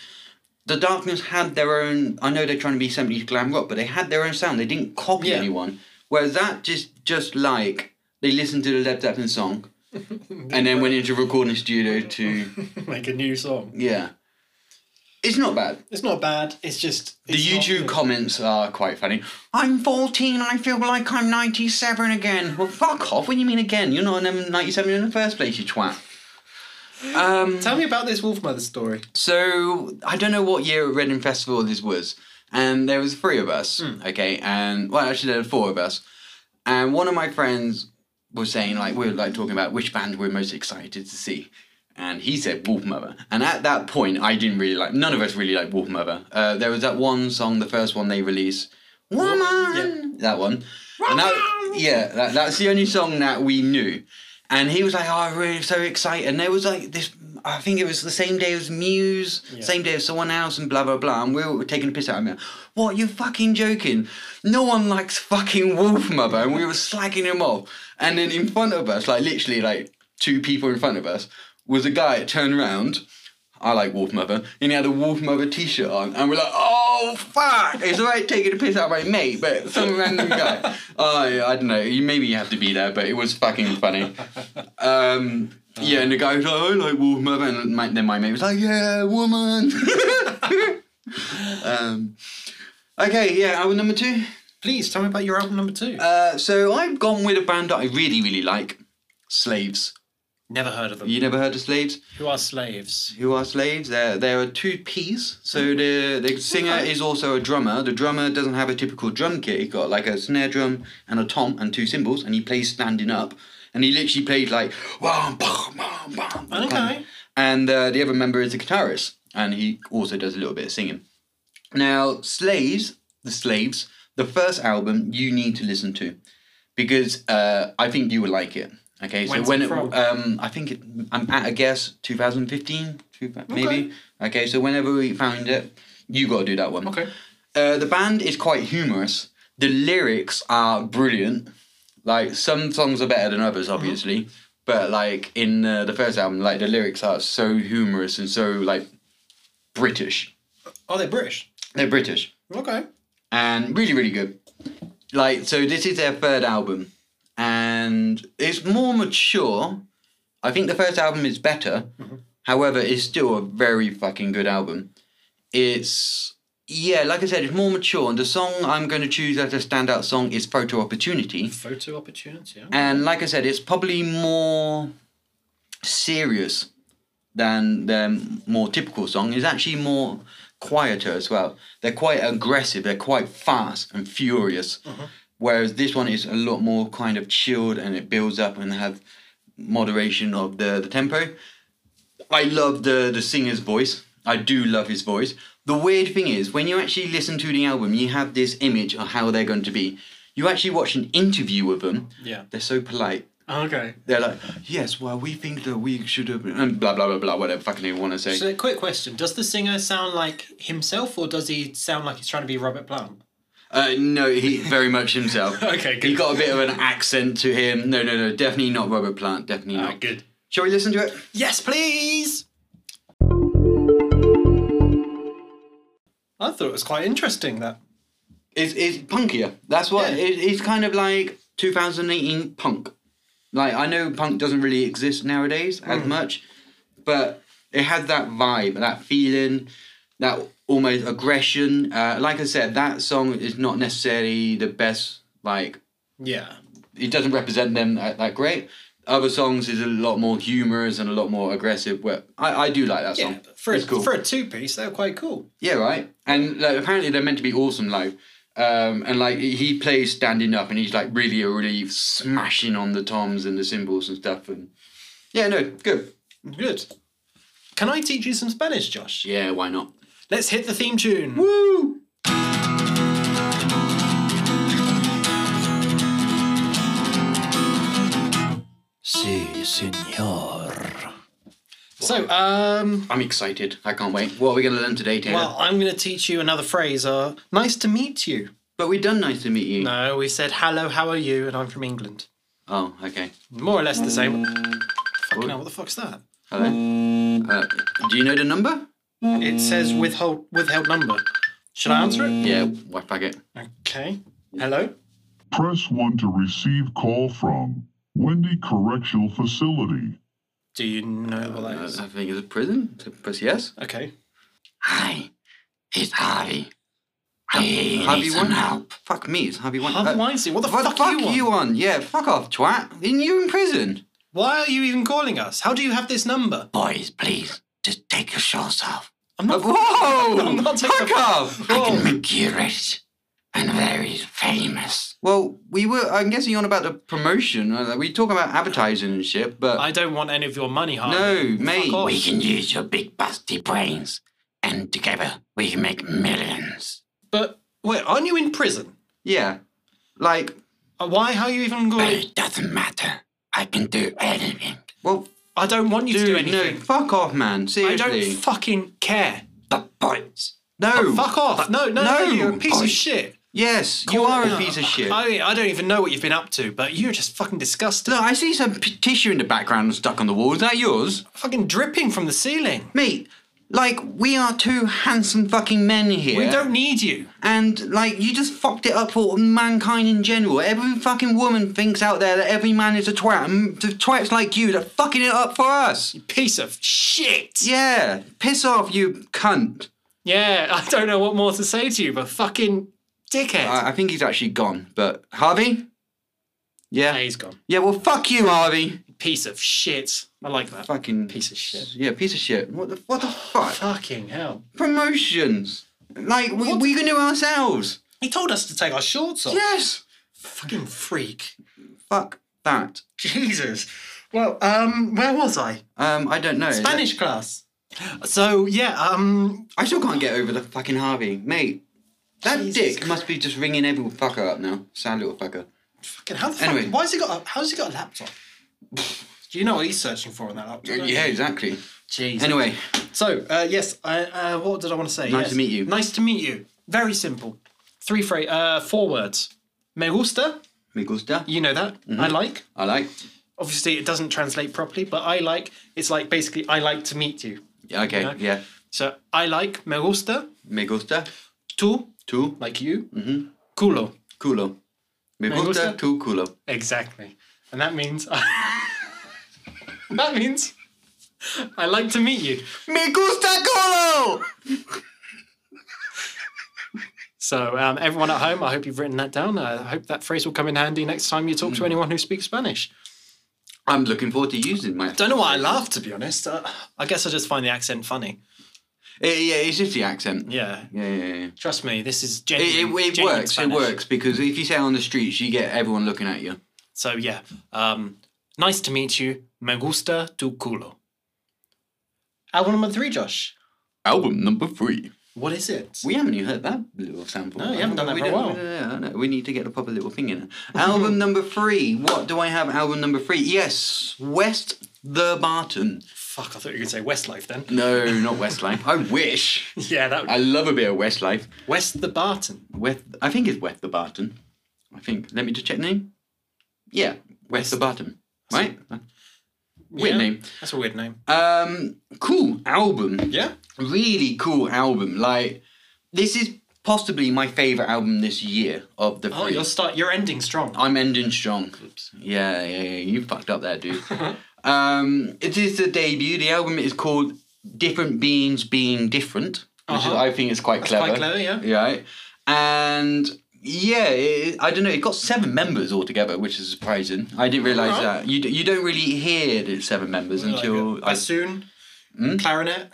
B: The Darkness had their own. I know they're trying to be seventies glam rock, but they had their own sound. They didn't copy
C: Yeah.
B: anyone. Whereas that just just like they listened to the Led Zeppelin song, and then went into a recording studio to
C: Make a new song.
B: yeah. It's not bad.
C: It's not bad. It's just
B: The YouTube comments are quite funny. I'm 14 and I feel like I'm 97 again. Well, fuck off. What do you mean again? You're not an 97 in the first place, you twat. Um,
C: Tell me about this Wolf Mother story.
B: so, I don't know what year at Reading Festival this was. And there was three of us, okay? And, well, actually, there were four of us. And one of my friends was saying, like, we were, like, talking about which band we're most excited to see. And he said Wolf Mother. And at that point, I didn't really like, none of us really liked Wolf Mother. Uh, there was that one song, the first one they released, Woman! That one. And that, yeah, that, that's the only song that we knew. And he was like, "Oh, I'm really so excited!" And there was like this. I think it was the same day as Muse, same day as someone else, and blah blah blah. And we were taking a piss out of him. What? You fucking joking? No one likes fucking Wolf Mother, and we were slagging him off. And then in front of us, like literally, like two people in front of us, was a guy that turned around. I like Wolf Mother, and he had a Wolf Mother t-shirt on, and we're like, oh fuck! It's alright taking a piss out of my mate, but some random guy. Oh, yeah, I don't know. You maybe you have to be there, but it was fucking funny. Um, yeah, and the guy was like, I like Wolf Mother, and my, then my mate was like, yeah, woman. um, okay, yeah, album number two.
C: Please tell me about your album number two.
B: Uh, so I've gone with a band that I really, really like, Slaves.
C: Never heard of them.
B: You never heard of Slaves?
C: Who are slaves?
B: who are slaves. There, there are two P's. So
C: Mm-hmm.
B: the the singer is also a drummer. The drummer doesn't have a typical drum kit. He got like a snare drum and a tom and two cymbals, and he plays standing up. And he literally played like wham, bam, bam, bam, bam.
C: Okay.
B: And uh, the other member is a guitarist, and he also does a little bit of singing. Now, Slaves, the Slaves, the first album you need to listen to because uh, I think you would like it. Okay, so
C: When's
B: when
C: it
B: it,
C: from?
B: um, I think it, I'm at a guess 2015, two- maybe. Okay, so whenever we found it, you got to do that one.
C: Okay.
B: Uh, the band is quite humorous. The lyrics are brilliant. Like some songs are better than others, obviously, but like in uh, the first album, like the lyrics are so humorous and so like British.
C: Are they British?
B: They're British
C: Okay.
B: and really really good like so this is their third album and it's more mature i think the first album is better however it's still a very fucking good album it's yeah like i said it's more mature and the song i'm going to choose as a standout song is photo opportunity
C: Photo opportunity. yeah.
B: and like I said, it's probably more serious than their more typical song. It's actually more quieter as well. They're quite aggressive, they're quite fast and furious. Whereas this one is a lot more kind of chilled and it builds up and have moderation of the, the tempo. I love the, the singer's voice. I do love his voice. The weird thing is, when you actually listen to the album, you have this image of how they're going to be. You actually watch an interview with them,
C: Yeah.
B: they're so polite.
C: Okay.
B: They're like, yes, well, we think that we should have been, and blah blah blah blah, whatever fucking they want to say.
C: So, quick question: Does the singer sound like himself, or does he sound like he's trying to be Robert Plant?
B: Uh, no, he very much himself.
C: Okay, good.
B: He got a bit of an accent to him. No, no, no, definitely not Robert Plant. Definitely not.
C: good.
B: Shall we listen to it?
C: Yes, please. I thought it was quite interesting that.
B: It's it's punkier. That's what
C: Yeah.
B: it, it's kind of like 2018 punk. Like I know punk doesn't really exist nowadays as
C: Hmm.
B: much, but it had that vibe, that feeling, that almost aggression. Uh, like I said, that song is not necessarily the best. Like
C: Yeah.
B: it doesn't represent them that, that great. Other songs is a lot more humorous and a lot more aggressive. Where I, I do like that song.
C: Yeah. For a,
B: Oh, It's cool.
C: for a two piece, they were quite cool.
B: Yeah, right. And like, apparently they're meant to be awesome live. Um, and like he plays standing up, and he's like really, really smashing on the toms and the cymbals and stuff. And yeah, no, good.
C: Good. Can I teach you some Spanish, Josh?
B: Yeah, why not?
C: Let's hit the theme tune.
B: Woo!
C: Si, señor. So, um,
B: I'm excited. I can't wait. What are we going to learn today, Taylor?
C: well, I'm going to teach you another phrase. Uh, nice to meet you.
B: but we've done nice to meet you.
C: No, we said hello, how are you, and I'm from England.
B: Oh, okay.
C: More or less the same. Fucking hell, what the fuck's that?
B: Hello. Uh, do you know the number?
C: It says withhold withheld number. Should I answer it?
B: Yeah, why faggot.
C: Okay. Hello.
D: Press 1 to receive call from Wendy Correctional Facility.
C: Do you know what that
B: Uh,
C: is?
B: I think it's a prison. So press yes.
C: Okay.
E: Hi, it's Harvey. I
B: Harvey
E: need some
B: one.
E: help.
B: Fuck me, it's Harvey one.
C: Harvey
B: Uh,
C: Weinstein, what the
B: What the
C: fuck, are you, on?
B: you on? Yeah, fuck off, twat. Isn't you in prison?
C: Why are you even calling us? How do you have this number?
E: Boys, please, just take your shorts off.
C: I'm not.
B: Uh, Whoa!
C: I'm not taking
B: fuck
C: a-
B: off!
E: I
C: Oh.
E: can make you rich and very famous.
B: Well, we were. I'm guessing you're on about the promotion. uh, We talk about advertising and shit, but
C: I don't want any of your money, Harvey.
B: no, mate.
C: off.
E: We can use your big busty brains, and together we can make millions.
C: But wait, aren't you in prison?
B: Yeah, like
C: Uh, Why? How you even going?
E: It doesn't matter. I can do anything.
B: Well,
C: I don't want you to do
B: dude, no,
C: anything.
B: fuck off, man.
C: I
B: Seriously.
C: don't fucking care.
E: The points.
B: no.
C: Oh, Fuck off. No, no, no,
B: No.
C: you're a piece
E: I-
C: of shit.
B: Yes, you are a piece of shit.
C: I mean, I don't even know what you've been up to, but you're just fucking disgusting.
B: Look, I see some p- tissue in the background stuck on the wall. Is that yours?
C: Fucking dripping from the ceiling.
B: Mate, like, we are two handsome fucking men here.
C: We don't need you.
B: And, like, you just fucked it up for mankind in general. Every fucking woman thinks out there that every man is a twat. And the twats like you that are fucking it up for us.
C: Piece of shit.
B: Yeah, piss off, you cunt.
C: Yeah, I don't know what more to say to you, but fucking dickhead.
B: I, I think he's actually gone, but. Harvey? Yeah.
C: Nah, he's gone.
B: Yeah, well, fuck you, Harvey.
C: Piece of shit. I like that.
B: Fucking.
C: Piece of shit.
B: Yeah, piece of shit. What the, what the fuck?
C: Fucking hell.
B: promotions. Like we,
C: What?
B: we can do ourselves.
C: He told us to take our shorts off.
B: Yes.
C: Fucking freak.
B: Fuck that.
C: Jesus. Well, um, where was I?
B: Um, I don't know.
C: class. So yeah, um,
B: I still can't get over the fucking Harvey, mate. That
C: Jesus
B: dick must be just ringing every fucker up now. Sad little fucker.
C: fucking how the
B: Anyway.
C: fuck? Why's he got? A, how's he got a laptop? Do you know what he's searching for on that laptop? don't you?
B: Yeah, exactly.
C: Jeez.
B: Anyway,
C: So uh, yes, I, uh, what did I want to say?
B: Nice
C: Yes.
B: to meet you.
C: Nice to meet you. Very simple. Three phrase. Uh, four words. Me gusta.
B: me gusta.
C: You know that.
B: Mm-hmm.
C: I like.
B: I like.
C: Obviously, it doesn't translate properly, but I like. It's like basically, I like to meet you.
B: Yeah, okay,
C: Yeah.
B: yeah.
C: So I like me gusta.
B: Me gusta.
C: Tu
B: Tu
C: like you. Mm-hmm. Culo.
B: culo. Me
C: Me
B: gusta
C: gusta.
B: tu culo.
C: Exactly. And that means That means I like to meet you.
B: Me gusta culo.
C: So um, everyone at home, I hope you've written that down. I hope that phrase will come in handy next time you talk to anyone who speaks Spanish.
B: I'm looking forward to using my.
C: Don't know why I laugh to be honest. Uh, I guess I just find the accent funny.
B: Yeah, Eh, yeah, it's just the accent.
C: Yeah.
B: Yeah, yeah, yeah.
C: Trust me, this is
B: It,
C: genuine.
B: it, it
C: genuine
B: works. It
C: Spanish.
B: works because if you say it on the streets, you get everyone looking at you.
C: So yeah, um, nice to meet you. Me gusta tu culo. Album number three, Josh.
B: Album number three.
C: What is it?
B: We haven't even heard that little sample.
C: No, you haven't done that
B: we
C: for a
B: don't-
C: while.
B: Yeah, I know. We need to get the proper little thing in. there. Album number three. What do I have? Album number three. Yes, West the Barton.
C: Fuck, I thought you were gonna say Westlife then.
B: No, not Westlife. I wish.
C: yeah, that would
B: I love a bit of Westlife.
C: West the Barton.
B: West. I think it's West the Barton. I think. Let me just check the name. Yeah, West the Barton. Right. Weird
C: Yeah,
B: name.
C: That's a weird name.
B: Um, cool album.
C: yeah.
B: really cool album. Like this is possibly my favorite album this year of the
C: Oh,
B: three.
C: you're start. You're ending strong.
B: I'm ending strong. Yeah, yeah, yeah. You fucked up there, dude. um, it is the debut. The album is called "Different Beings Being Different," which is,
C: Uh-huh.
B: I think is quite clever.
C: Quite clever, yeah.
B: Yeah, right? and yeah, it, I don't know. It got seven members altogether, which is surprising. I didn't realize
C: Alright.
B: that. You d- you don't really hear that it's seven members until
C: Like a
B: I Hmm?
C: bassoon, clarinet.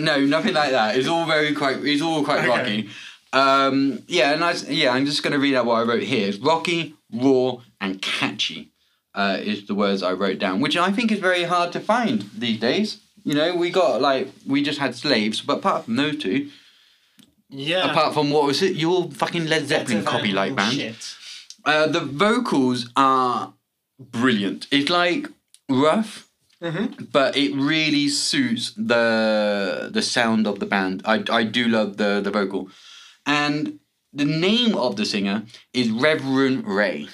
B: no, nothing like that. It's all very quite. It's all quite
C: Okay.
B: rocky. Um, yeah, and I, yeah, I'm just going to read out what I wrote here. It's rocky, raw, and catchy. Uh, is the words I wrote down, which I think is very hard to find these days. You know, we got like we just had slaves, but apart from those two,
C: Yeah.
B: apart from what was it, your fucking Led
C: That's
B: Zeppelin
C: a very
B: copyright
C: cool
B: band.
C: shit.
B: Uh, the vocals are brilliant. It's like rough, but it really suits the the sound of the band. I, I do love the the vocal, and the name of the singer is Reverend Ray,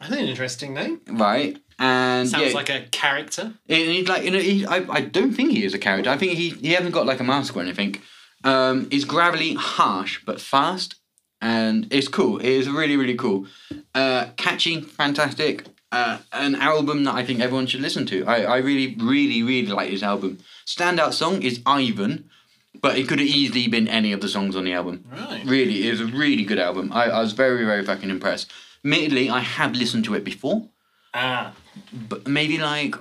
C: I think an interesting name.
B: right? And
C: Sounds
B: yeah,
C: like a character.
B: and he's like, you know, he, I, I don't think he is a character. I think he, he hasn't got like a mask or anything. Um, he's gravelly, harsh, but fast. And it's cool. It is really, really cool. Uh, catchy, fantastic. Uh, an album that I think everyone should listen to. I, I really, really, really like this album. Standout song is Ivan, but it could have easily been any of the songs on the album.
C: Right.
B: Really, it was a really good album. I, I was very, very fucking impressed. Admittedly, I have listened to it before
C: Ah.
B: but maybe like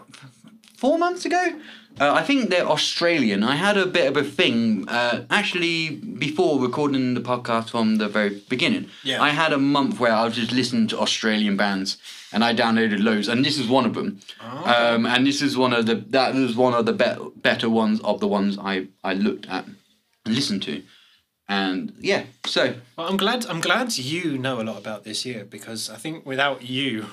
B: four months ago. Uh, I think they're Australian. I had a bit of a thing uh, actually before recording the podcast from the very beginning.
C: Yeah.
B: I had a month where I was just listening to Australian bands, and I downloaded loads, and this is one of them.
C: Oh.
B: Um, and this is one of the that was one of the be- better ones of the ones I I looked at and listened to. And yeah, so
C: Well, I'm glad. I'm glad you know a lot about this year because I think without you,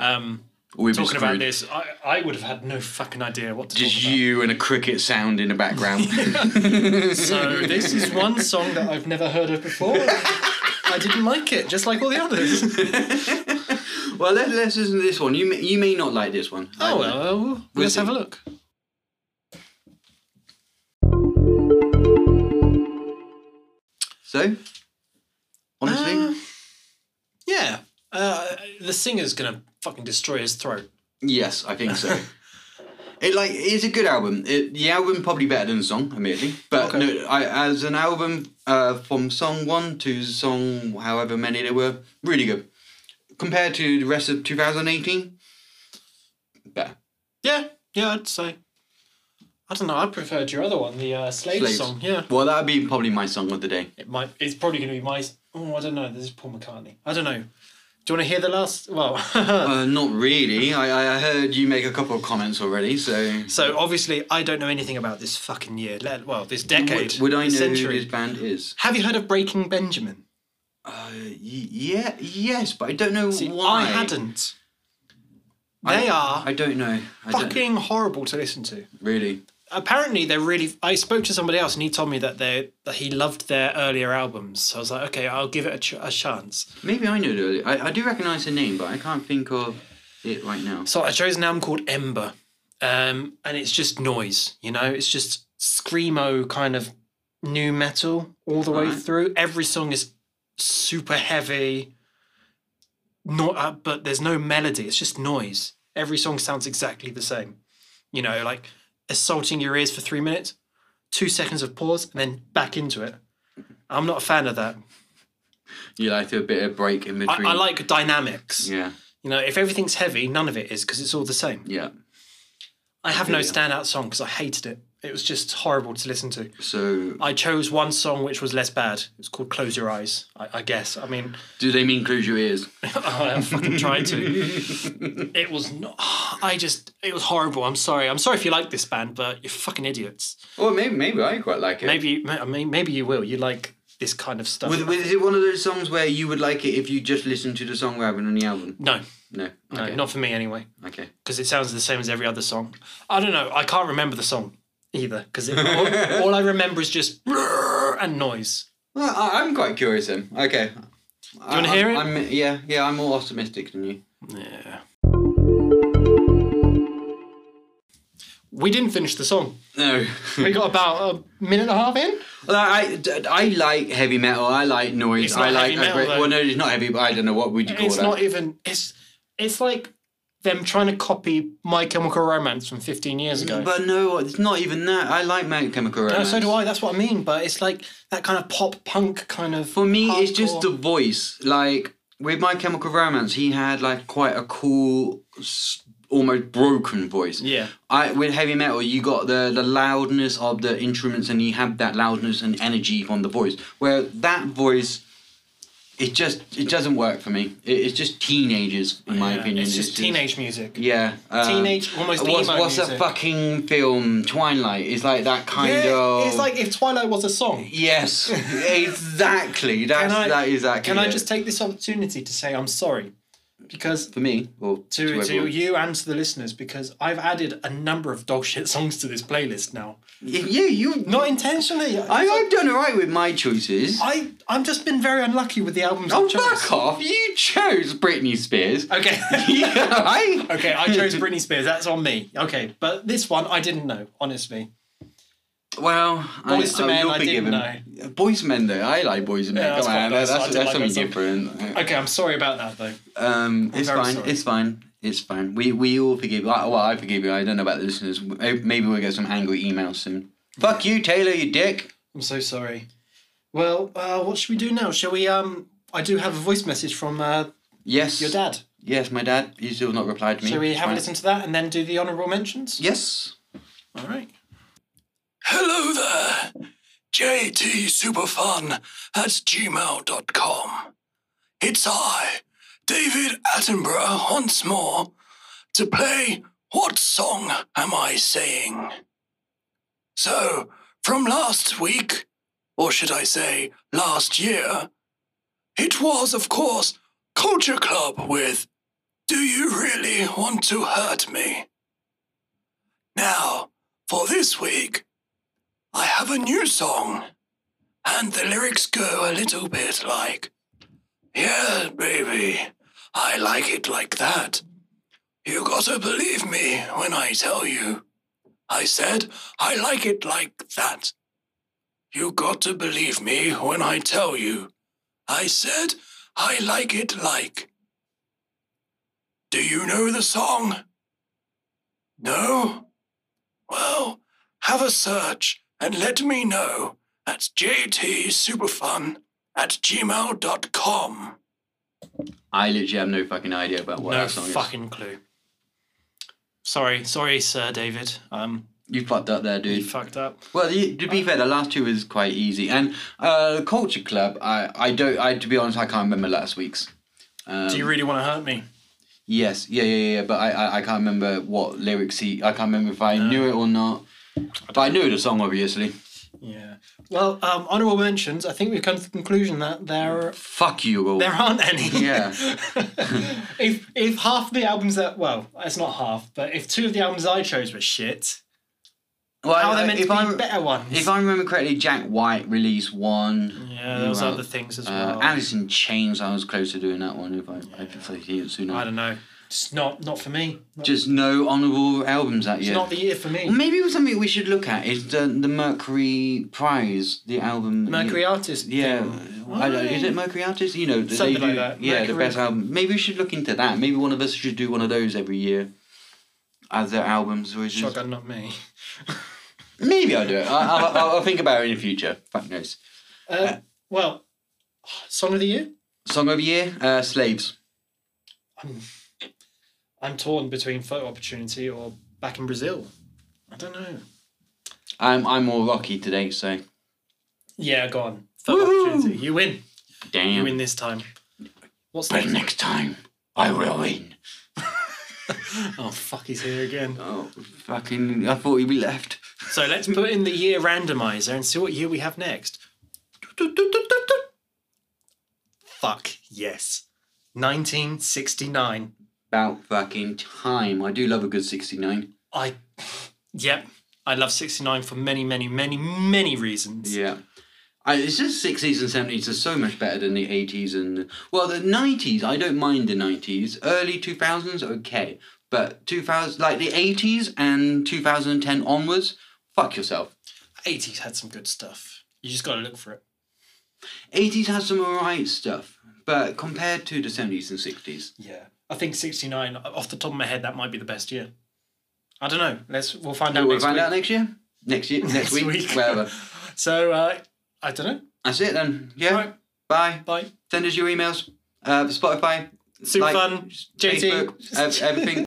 C: um,
B: we're
C: talking about this, I, I would have had no fucking idea what to
B: Just
C: talk about.
B: you and a cricket sound in the background.
C: So this is one song that I've never heard of before. I didn't like it, just like all the others.
B: well, let, let's listen to this one. You may, you may not like this one. I
C: Oh
B: don't know.
C: well, let's
B: see.
C: have a look.
B: So, honestly,
C: Uh, yeah, uh, the singer's gonna fucking destroy his throat.
B: yes, I think so. it like it's a good album. It, the album probably better than the song, admittedly. But
C: Okay.
B: no, I, as an album uh, from song one to song however many there were, really good. Compared to the rest of 2018, better.
C: Yeah, yeah, I'd say. I don't know. I preferred your other one, the uh, Slade
B: Slaves.
C: song. Yeah,
B: Well, that would be probably my song of the day.
C: it might. It's probably gonna be my. Oh, I don't know. This is Paul McCartney. I don't know. Do you want to hear the last? Well,
B: Uh, not really. I, I heard you make a couple of comments already, so.
C: so obviously I don't know anything about this fucking year. Let, well, this decade.
B: Would I know
C: this
B: who
C: century.
B: this band is?
C: Have you heard of Breaking Benjamin?
B: Uh, y- yeah, yes, but I don't know
C: See,
B: why.
C: I hadn't. They are
B: I don't know. I don't-
C: fucking horrible to listen to.
B: really.
C: apparently they're really i spoke to somebody else and he told me that they that he loved their earlier albums so i was like okay i'll give it a, ch- a chance
B: Maybe I know. the- I, I do recognise the name, but I can't think of it right now.
C: so i chose an album called ember um, and it's just noise you know it's just screamo kind of new metal all the way
B: Alright.
C: through every song is super heavy not uh, but there's no melody it's just noise every song sounds exactly the same you know like assaulting your ears for three minutes two seconds of pause and then back into it i'm not a fan of that
B: You like a bit of break in
C: i,
B: between.
C: I like dynamics
B: Yeah,
C: you know if everything's heavy none of it is because it's all the same
B: yeah.
C: i have no
B: Yeah.
C: standout song because i hated it it was just horrible to listen to
B: So,
C: i chose one song which was less bad it's called close your eyes i, I guess i mean
B: do they mean close your ears?
C: I am fucking trying to. It was not. I just. It was horrible. I'm sorry. I'm sorry if you like this band, but you're fucking idiots.
B: Or maybe, maybe I quite like it.
C: Maybe. I mean, maybe you will. You like this kind of stuff.
B: Was, was, is it one of those songs where you would like it if you just listened to the song rather than the album?
C: no,
B: No.
C: no,
B: Okay.
C: not for me anyway.
B: okay.
C: Because it sounds the same as every other song. I don't know. I can't remember the song either. Because all, all I remember is just and noise.
B: Well, I, I'm quite curious then. Okay. Do you want
C: wanna hear it?
B: I'm, yeah, yeah. I'm more optimistic than you.
C: Yeah. We didn't finish the song.
B: No.
C: We got about a minute and a half in.
B: Well, I, I like heavy metal. I like noise.
C: It's not
B: I like
C: heavy metal, though.
B: well, no, it's not heavy, but I don't know what would you call
C: it's
B: that.
C: not even it's it's like them trying to copy My Chemical Romance from 15 years ago.
B: but no, it's not even that. I like My Chemical
C: No,
B: Romance.
C: so do I. That's what I mean. But it's like that kind of pop punk kind of.
B: For me, it's just the voice. Like with My Chemical Romance, he had like quite a cool, s- almost broken voice.
C: Yeah.
B: I with heavy metal, you got the the loudness of the instruments, and you have that loudness and energy from the voice. Where that voice. It just it doesn't work for me. It, it's just teenagers, in my
C: Yeah,
B: opinion.
C: It's just teenage music.
B: Yeah. um,
C: Teenage- almost
B: What's,
C: emo
B: what's that
C: music.
B: fucking film? Twilight is like that kind of.
C: it's like if Twilight was a song.
B: Yes, exactly. That's
C: Can I-
B: that is actually.
C: Can I
B: it.
C: just take this opportunity to say I'm sorry? Because
B: for me or
C: to, to
B: everyone.
C: you and to the listeners, because I've added a number of dog shit songs to this playlist now.
B: Yeah, you.
C: Not intentionally.
B: I, I've done alright with my choices.
C: I, I've just been very unlucky with the albums
B: oh,
C: I've chosen.
B: fuck off! You chose Britney Spears.
C: Okay.
B: yeah, right?
C: Okay, I chose Britney Spears. That's on me. Okay, but this one I didn't know, honestly.
B: Well,
C: Boyz
B: I,
C: II Men,
B: you're
C: I didn't
B: forgiven.
C: know.
B: Boys to Men, though, I like Boys to Men.
C: Yeah, that's
B: Come
C: quite
B: on,
C: nice.
B: that's,
C: I
B: that's,
C: did like
B: something
C: that
B: different.
C: Okay, I'm sorry about that though.
B: Um, it's
C: very
B: fine.
C: sorry.
B: It's fine. It's fine. We we all forgive. I- Well, I forgive you. I don't know about the listeners. May- Maybe we'll get some angry emails soon. Fuck you, Taylor. You dick.
C: I'm so sorry. Well, uh, what should we do now? Shall we? Um, I do have a voice message from uh,
B: Yes.
C: your dad.
B: Yes, my dad. He's still not replied to me.
C: Shall we
B: It's
C: have a
B: fine.
C: listen to that and then do the honourable mentions?
B: Yes.
C: All right.
F: Hello there, jtsuperfun at gmail.com. It's I, David Attenborough, once more, to play What Song Am I Saying? So, from last week, or should I say, last year, it was, of course, Culture Club with Do You Really Want to Hurt Me? Now, for this week, I have a new song, and the lyrics go a little bit like, Yeah, baby, I like it like that. You gotta believe me when I tell you. I said, I like it like that. You got to believe me when I tell you. I said, I like it like. Do you know the song? No? Well, have a search and let me know at jtsuperfun at gmail.com.
B: I literally have no fucking idea about what
C: no
B: that song
C: fucking clue. Sorry, sorry, Sir David. Um,
B: is. You fucked up there,
C: you
B: dude.
C: fucked up.
B: Well, the, to be fair, the last two is quite easy. And uh, Culture Club, I, I don't. I to be honest, I can't remember last week's. Um,
C: Do you really want to hurt me?
B: Yes, yeah, yeah, yeah. But I, I, I can't remember what lyrics he. I can't remember if I knew it or not. But I knew the song, obviously.
C: Yeah. Well, um, honorable mentions. I think we've come to the conclusion that there
B: Fuck you all.
C: there aren't any.
B: Yeah.
C: if if half the albums that well, it's not half, but if two of the albums I chose were shit,
B: Well,
C: how are
B: I-
C: they meant
B: if
C: to be
B: I'm-
C: better ones?
B: If I remember correctly, Jack White released one.
C: yeah, there was
B: Well,
C: other things as
B: Uh,
C: well.
B: Alice in Chains, I was close to doing that one. If I, I if I hear it sooner.
C: I don't know. It's not not for me. Not,
B: Just no honourable albums that
C: It's
B: year.
C: not the year for me.
B: Well, Maybe it was something we should look at is the the Mercury Prize, the album.
C: Mercury artist.
B: Yeah, I don't, is it Mercury Artist? You know, that they
C: Something like
B: do-
C: that.
B: Yeah, the
C: Mercury-
B: best album. Maybe we should look into that. Maybe one of us should do one of those every year. As their albums, which is,
C: Shotgun, not me.
B: maybe I'll do it. I, I'll, I'll, I'll think about it in the future. Fuck knows.
C: Uh, well, song of the year.
B: Song of the year, uh, Slaves.
C: I'm torn between photo opportunity or back in Brazil. I don't know.
B: I'm I'm all rocky today, so
C: Yeah, go on. Photo opportunity. You win. You win
B: damn.
C: this time. What's
E: But
C: next?
E: next time, I will win.
C: Oh fuck, he's here again.
B: Oh, fucking! I thought he'd be left.
C: So let's put in the year randomizer and see what year we have next. Fuck yes. 1969.
B: About fucking time. I do love a good sixty-nine.
C: I Yep. I love 69 for many, many, many, many reasons.
B: Yeah. I, it's just sixties and seventies are so much better than the eighties and well the nineties. I don't mind the nineties. Early two thousands, okay, but two thousand like the eighties and two thousand and ten onwards, fuck yourself.
C: 80s had some good stuff. You just gotta look for it.
B: Eighties has some alright stuff, but compared to the seventies and sixties,
C: Yeah. I think 69, off the top of my head, that might be the best year. I don't know. Let's we'll find out
B: we'll
C: next
B: find
C: week.
B: out next year. Next year, next,
C: Next
B: week,
C: week.
B: wherever.
C: So uh, I don't know.
B: That's it then. Yeah.
C: Right.
B: Bye.
C: Bye.
B: Send us your emails. Uh, Spotify.
C: Super
B: like,
C: fun. JT.
B: Facebook, ev- everything.